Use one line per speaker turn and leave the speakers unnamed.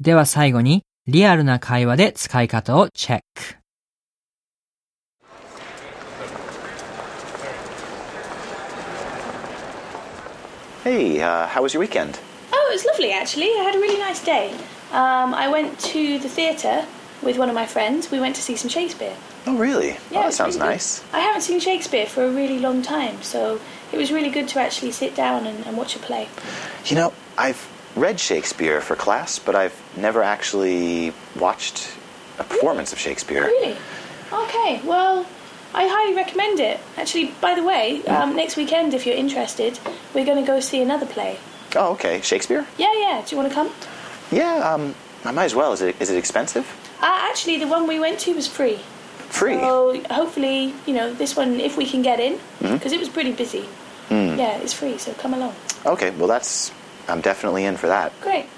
では最後にリアルな会話で使い方をチェック。
Hey, uh, how was your weekend?
Oh, it was lovely actually. I had a really nice day. Um, I went to the theatre with one of my friends. We went to see some Shakespeare.
Oh, really?
Yeah,
oh,
it
that
was
sounds
really good.
nice.
I haven't seen Shakespeare for a really long time, so it was really good to actually sit down and, and watch a play.
You know, I've read Shakespeare for class, but I've never actually watched a performance of Shakespeare.
Really? Okay, well, I highly recommend it. Actually, by the way, um, next weekend, if you're interested, we're going to go see another play.
Oh, okay. Shakespeare?
Yeah, yeah, do you want to come?
Yeah, um, I might as well. Is it, is it expensive?
Uh, actually, the one we went to was free.
Free.
So Oh, hopefully, you know, this one, if we can get in, because it was pretty busy. Yeah, it's free, so come along.
Okay, well, that's. I'm definitely in for that.
Great.